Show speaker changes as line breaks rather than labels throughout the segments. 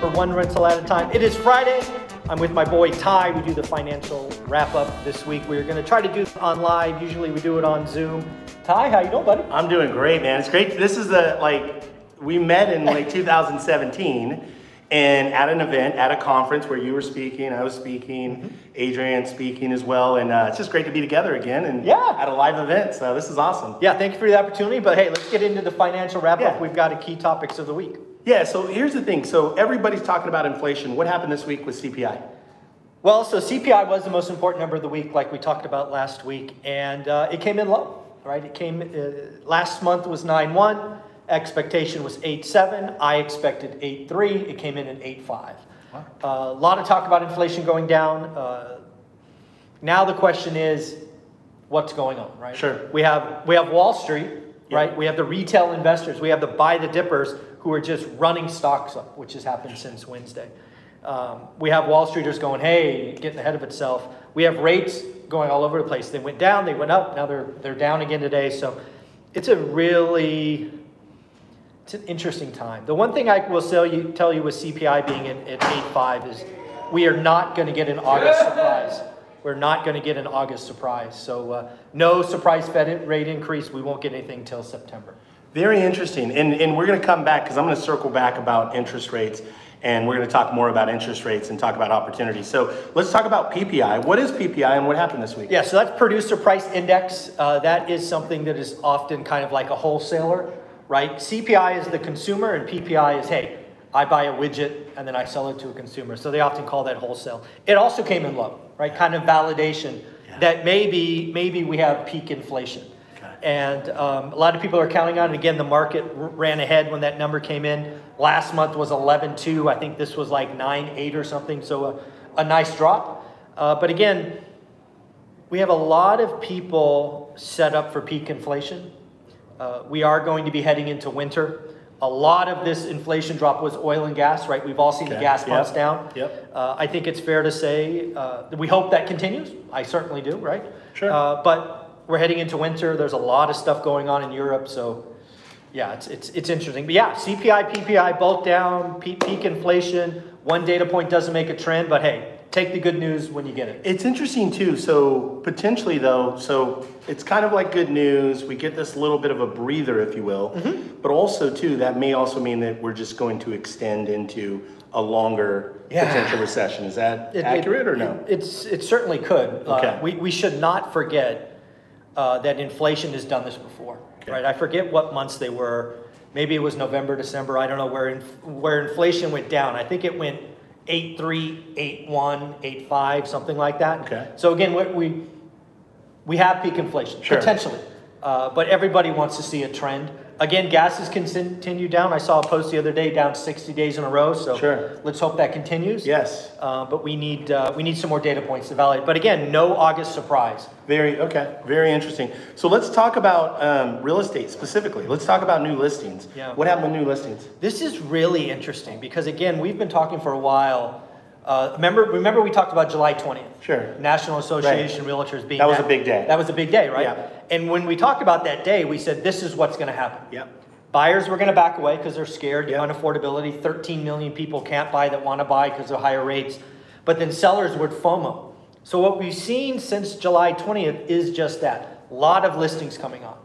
for one rental at a time. It is Friday. I'm with my boy Ty. We do the financial wrap up this week. We're going to try to do it on live. Usually we do it on Zoom. Ty, how you doing, buddy?
I'm doing great, man. It's great. This is the like we met in like 2017, and at an event at a conference where you were speaking, I was speaking, Adrian speaking as well, and uh, it's just great to be together again and
Yeah.
at a live event. So this is awesome.
Yeah, thank you for the opportunity. But hey, let's get into the financial wrap up.
Yeah.
We've got a key topics of the week.
Yeah. So here's the thing. So everybody's talking about inflation. What happened this week with CPI?
Well, so CPI was the most important number of the week, like we talked about last week, and uh, it came in low, right? It came uh, last month was nine one, expectation was eight seven. I expected eight three. It came in at eight five. A lot of talk about inflation going down. Uh, now the question is, what's going on, right?
Sure.
We have we have Wall Street,
Yeah.
right? We have the retail investors. We have the buy the dippers who are just running stocks up, which has happened since Wednesday. Um, we have Wall Streeters going, hey, getting ahead of itself. We have rates going all over the place. They went down, they went up. Now they're they're down again today. So it's a really it's an interesting time. The one thing I will tell you, tell you with CPI being at, at 8.5 is we are not going to get an August surprise. We're not going to get an August surprise. So uh, no surprise Fed in- rate increase. We won't get anything till September.
Very interesting. And, and we're going to come back because I'm going to circle back about interest rates and we're going to talk more about interest rates and talk about opportunities. So let's talk about PPI. What is PPI and what happened this week?
Yeah, so that's producer price index. Uh, that is something that is often kind of like a wholesaler, right? CPI is the consumer, and PPI is hey, I buy a widget and then I sell it to a consumer. So they often call that wholesale. It also came in low, right? Kind of validation that maybe maybe we have peak inflation, and um, a lot of people are counting on. it. Again, the market r- ran ahead when that number came in. Last month was 11.2. I think this was like 9.8 or something. So a, a nice drop. Uh, but again, we have a lot of people set up for peak inflation. Uh, we are going to be heading into winter. A lot of this inflation drop was oil and gas, right? We've all seen the
Okay.
gas pumps
Yep.
down.
Yep.
Uh, I think it's fair to say uh, that we hope that continues. I certainly do, right?
Sure.
Uh, but we're heading into winter. There's a lot of stuff going on in Europe, so yeah, it's it's it's interesting. But yeah, CPI, PPI, both down, peak, peak inflation. One data point doesn't make a trend, but hey, take the good news when you get it.
It's interesting too. So potentially though, so it's kind of like good news. We get this little bit of a breather, if you will.
Mm-hmm.
But also too, that may also mean that we're just going to extend into a longer
Yeah.
potential recession. Is that
It- it-
accurate or no?
it- It's, it certainly could. Uh,
Okay.
We, we should not forget uh, that inflation has done this before,
Okay.
right? I forget what months they were. Maybe it was November, December, I don't know, where, inf- where inflation went down. I think it went eight three, eight one, eight five, something like that.
Okay.
So again, we, we, we have peak inflation,
Sure.
potentially. Uh, But everybody wants to see a trend. Again, gas has continued down. I saw a post the other day, down 60 days in a row, so
Sure.
let's hope that continues.
yes.
Uh, but we need, uh, we need some more data points to validate. But again, no August surprise.
Very, okay, very interesting. So let's talk about um, real estate specifically. Let's talk about new listings.
Yeah.
What happened with new listings?
This is really interesting because again, we've been talking for a while. Uh, remember, remember we talked about July 20th?
Sure.
National Association of Realtors being
That was a big day.
That was a big day, right?
Yeah.
And when we talked about that day, we said this is what's going to happen.
Yep.
Buyers were going to back away because they're scared
Yeah.
on affordability. 13 million people can't buy that want to buy because of higher rates. But then sellers would FOMO. So what we've seen since July 20th is just that. A lot of listings coming on.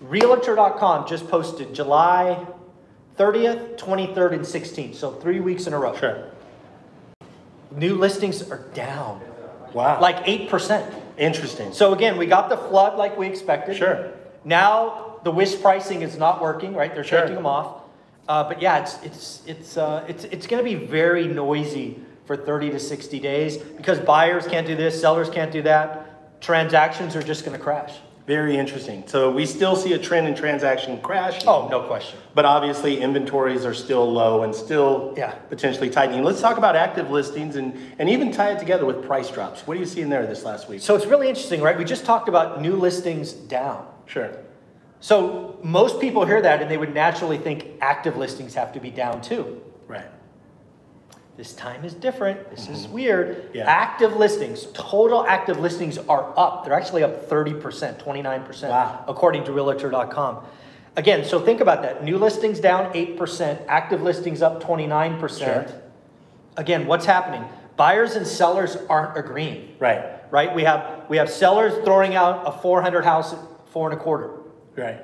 Realtor.com just posted July 30th, 23rd, and 16th. So three weeks in a row.
Sure.
New listings are down
Wow.
like 8%.
interesting.
So again, we got the flood like we expected.
Sure.
Now the wish pricing is not working, right? They're
Sure.
taking them off. Uh, but yeah, it's it's it's uh, it's it's going to be very noisy for 30 to 60 days because buyers can't do this, sellers can't do that. Transactions are just going to crash.
Very interesting. So we still see a trend in transaction crash.
Oh, no question.
But obviously, inventories are still low and still
Yeah.
potentially tightening. Let's talk about active listings and, and even tie it together with price drops. What are you seeing there this last week?
So it's really interesting, right? We just talked about new listings down.
Sure.
So most people hear that and they would naturally think active listings have to be down too.
Right.
This time is different. This is weird.
Mm-hmm. Yeah.
Active listings, total active listings are up. They're actually up 30%, 29%,
Wow.
according to Realtor.com. Again, so think about that. New listings down 8%, active listings up 29%.
Sure.
Again, what's happening? Buyers and sellers aren't agreeing,
Right.
right? We have we have sellers throwing out a 400 house at four and a quarter.
Right.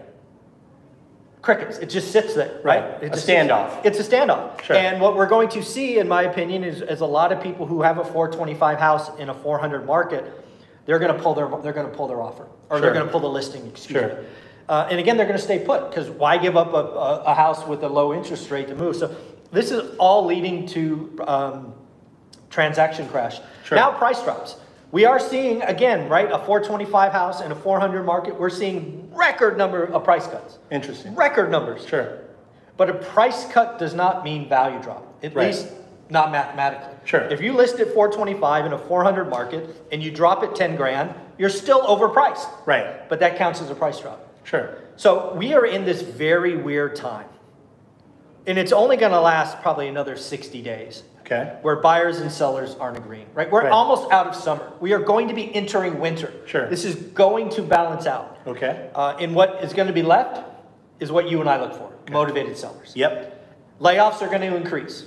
crickets. It just sits there, right?
Right.
It
A
just
standoff.
sits- It's a standoff.
Sure.
And what we're going to see, in my opinion, is, is a lot of people who have a 425 house in a 400 market, they're going to pull their they're going to pull their offer or
Sure.
they're going to pull the listing. Excuse
Sure.
me. Uh, and again, they're going to stay put because why give up a, a, a house with a low interest rate to move? So this is all leading to um, transaction crash.
Sure.
Now price drops. We are seeing again, right, a 425 house in a 400 market. We're seeing record number of price cuts
Interesting.
record numbers.
Sure.
But a price cut does not mean value drop, at
Right.
least not mathematically.
Sure.
If you list at 425 in a 400 market and you drop it 10 grand, you're still overpriced.
Right.
But that counts as a price drop.
Sure.
So we are in this very weird time. And it's only going to last probably another 60 days
Okay.
where buyers and sellers aren't agreeing, right? We're
Right.
almost out of summer. We are going to be entering winter.
Sure.
This is going to balance out.
Okay.
Uh, and what is going to be left is what you and I look for motivated sellers.
Yep.
Layoffs are going to increase.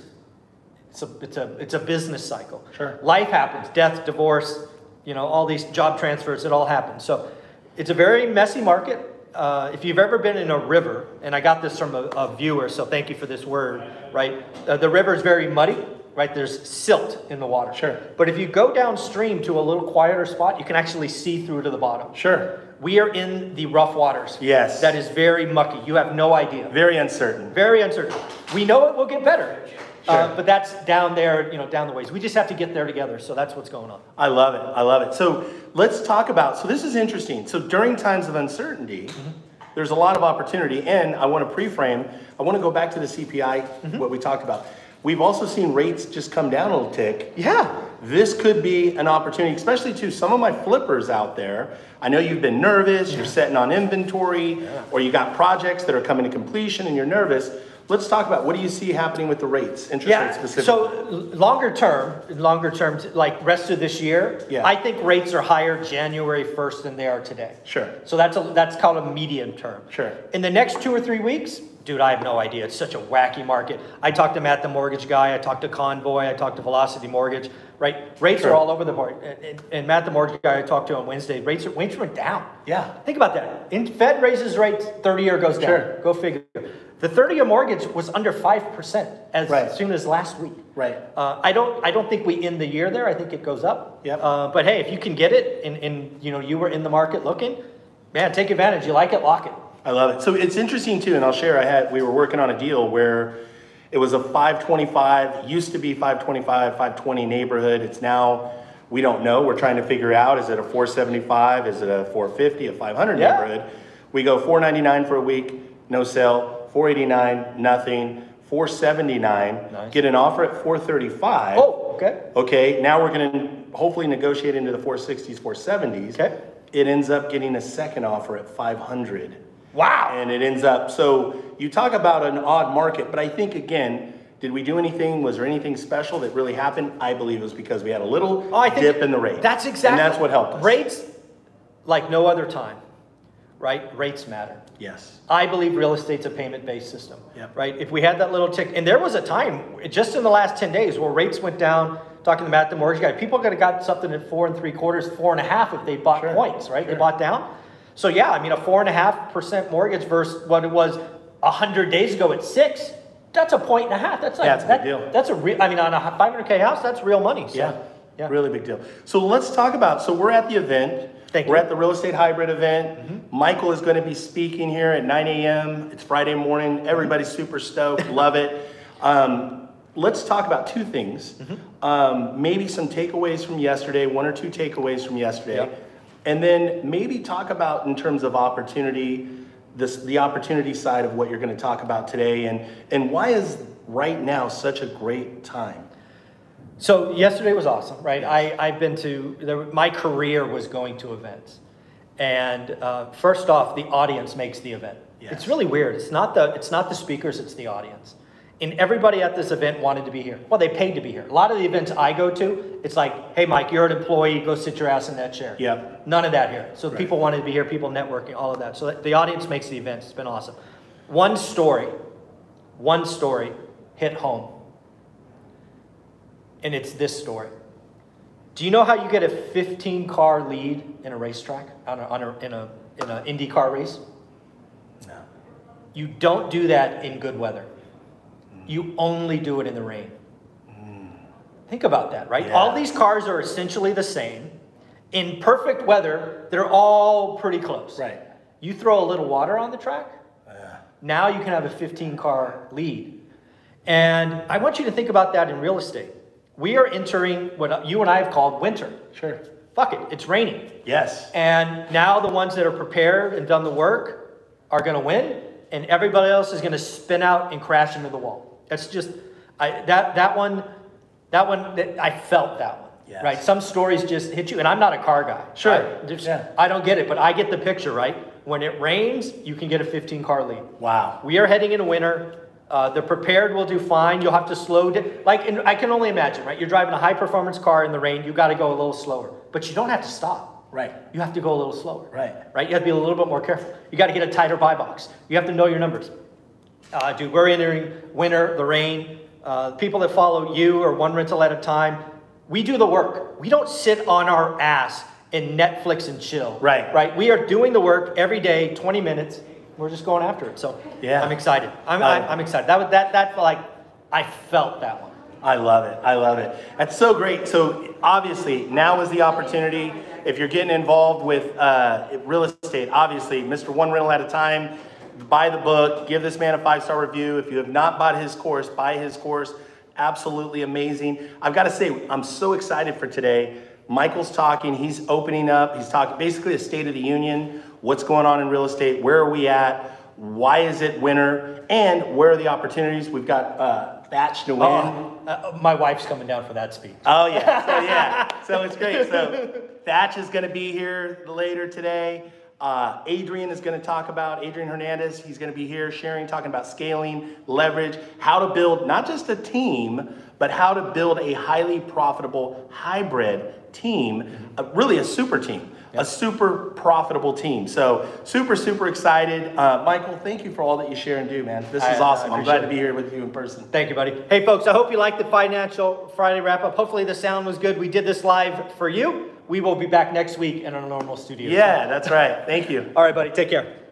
It's a, it's, a, it's a business cycle.
Sure.
Life happens death, divorce, you know, all these job transfers, it all happens. So it's a very messy market. Uh, if you've ever been in a river, and I got this from a, a viewer, so thank you for this word, right? Uh, the river is very muddy, right? There's silt in the water.
Sure.
But if you go downstream to a little quieter spot, you can actually see through to the bottom.
Sure.
We are in the rough waters.
Yes.
That is very mucky. You have no idea.
Very uncertain.
Very uncertain. We know it will get better,
Sure.
uh, but that's down there, you know, down the ways. We just have to get there together. So that's what's going on.
I love it. I love it. So let's talk about. So this is interesting. So during times of uncertainty,
Mm-hmm.
there's a lot of opportunity. And I want to pre-frame. I want to go back to the CPI,
Mm-hmm.
what we talked about. We've also seen rates just come down a little tick.
Yeah.
This could be an opportunity, especially to some of my flippers out there. I know you've been nervous, you're sitting on inventory, or you got projects that are coming to completion and you're nervous. Let's talk about what do you see happening with the rates, interest rates
Yeah.
specifically?
So l- longer term, longer term, like rest of this year,
Yeah.
I think rates are higher January 1st than they are today.
Sure.
So that's a, that's called a medium term.
Sure.
In the next two or three weeks, dude, I have no idea. It's such a wacky market. I talked to Matt, the mortgage guy. I talked to Convoy. I talked to Velocity Mortgage. Right, rates
Sure.
are all over the board. And, and, and Matt, the mortgage guy, I talked to on Wednesday. Rates are, rates went down.
Yeah.
Think about that. In, Fed raises rates, thirty-year goes down.
Sure.
Go figure. The thirty-year mortgage was under five percent as
Right.
soon as last week.
Right.
Uh, I don't, I don't think we end the year there. I think it goes up.
Yep.
Uh, but hey, if you can get it and, and, you know, you were in the market looking, man, take advantage. You like it, lock it.
I love it. So it's interesting too, and I'll share. I had we were working on a deal where it was a 525, used to be 525, 520 neighborhood. It's now we don't know. We're trying to figure out is it a 475, is it a 450, a 500
Yeah.
neighborhood? We go 499 for a week, no sale. 489, nothing. 479,
Nice.
get an offer at 435.
Oh, okay.
Okay, now we're gonna hopefully negotiate into the 460s, 470s.
Okay.
It ends up getting a second offer at 500
Wow.
and it ends up. So you talk about an odd market, but I think again, did we do anything? Was there anything special that really happened? I believe it was because we had a little
Oh, I think
dip in the rate.
That's exactly.
And that's what helped us.
Rates, like no other time, right? Rates matter.
Yes.
I believe real estate's a payment-based system,
Yep.
right? If we had that little tick, and there was a time, just in the last ten days, where rates went down. Talking to Matt, the mortgage guy, people could have got something at four and three quarters, four and a half if they bought
Sure,
points, right? They
sure.
bought down. So yeah, I mean, a four and a half percent mortgage versus what it was a hundred days ago at six. That's a point and a half. That's like
That's a big
that-
deal.
That's a real. I mean, on a five hundred k house, that's real money. So,
Yeah.
yeah.
Really big deal. So let's talk about. So we're at the event.
Thank
we're
you. Mm-hmm.
at the real estate hybrid event. Michael is going to be speaking here at 9 a.m. It's Friday
Mm-hmm.
morning. Everybody's super stoked. Love it. Um, let's talk about two
Mm-hmm.
things. Um, maybe some takeaways from yesterday. One or two takeaways from yesterday.
Yep.
And then maybe talk about in terms of opportunity, this, the opportunity side of what you're going to talk about today and, and why is right now such a great time?
So yesterday was awesome, right? I, I've been to, there, my career was going to events. And uh, first off, the audience makes the event.
Yes.
It's really weird. It's not, the, it's not the speakers, it's the audience. And everybody at this event wanted to be here. Well, they paid to be here. A lot of the events I go to, it's like, hey, Mike, you're an employee, go sit your ass in that chair.
Yep.
None of that here. So
Right.
people wanted to be here, people networking, all of that. So the audience makes the events. It's been awesome. One story, one story hit home. And it's this story. Do you know how you get a 15 car lead in a racetrack on a, on a, in a in an Indy car race?
No.
You don't do that in good weather. You only do it in the rain. Think about that, right?
Yeah.
All these cars are essentially the same. In perfect weather, they're all pretty close.
Right.
You throw a little water on the track, now you can have a 15 car lead. And I want you to think about that in real estate. We are entering what you and I have called winter.
Sure.
Fuck it, it's raining.
Yes.
And now the ones that are prepared and done the work are going to win, and everybody else is going to spin out and crash into the wall. That's just I, that that one, that one that I felt that one.
Yes.
Right. Some stories just hit you, and I'm not a car guy.
Sure.
I, there's-
Yeah.
I don't get it, but I get the picture. Right. When it rains, you can get a 15 car lead.
Wow.
We are heading into winter. Uh, the prepared will do fine. You'll have to slow down. Like, and I can only imagine, right? You're driving a high performance car in the rain. You got to go a little slower, but you don't have to stop.
Right.
You have to go a little slower.
Right.
Right? You have to be a little bit more careful. You got to get a tighter buy box. You have to know your numbers. Uh, dude, we're entering winter, the rain. Uh, people that follow you are one rental at a time. We do the work. We don't sit on our ass and Netflix and chill.
Right.
Right. We are doing the work every day, 20 minutes. We're just going after it. So
Yeah.
I'm excited. I'm, I'm,
Um,
I'm excited. That was that that like I felt that one.
I love it. I love it. That's so great. So obviously, now is the opportunity. If you're getting involved with uh, real estate, obviously, Mr. One Rental at a Time, buy the book. Give this man a five star review. If you have not bought his course, buy his course. Absolutely amazing. I've got to say, I'm so excited for today. Michael's talking. He's opening up. He's talking basically a State of the Union. What's going on in real estate? Where are we at? Why is it winter? And where are the opportunities? We've got uh, Thatch Nguyen.
Uh, my wife's coming down for that speech.
Oh yeah, so yeah, so it's great. So Thatch is going to be here later today. Uh, Adrian is going to talk about Adrian Hernandez. He's going to be here sharing, talking about scaling, leverage, how to build not just a team, but how to build a highly profitable hybrid team,
Mm-hmm.
uh, really a super team, a super profitable team. So super, super excited. Uh, Michael, thank you for all that you share and do, man. This
I-
is
I
awesome. I'm glad
appreciate
to be here with you in person.
Thank you, buddy. Hey, folks, I hope you liked the Financial Friday wrap up. Hopefully, the sound was good. We did this live for you. We will be back next week in our normal studio.
Yeah, that's right. Thank you.
All right, buddy. Take care.